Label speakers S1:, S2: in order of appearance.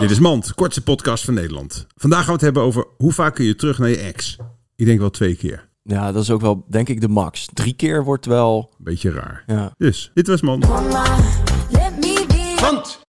S1: Dit is Mand, kortste podcast van Nederland. Vandaag gaan we het hebben over hoe vaak kun je terug naar je ex. Ik denk wel twee keer.
S2: Ja, dat is ook wel, denk ik, de max. Drie keer wordt wel...
S1: Beetje raar.
S2: Ja.
S1: Dus, dit was Mand.
S3: Mama, let me be.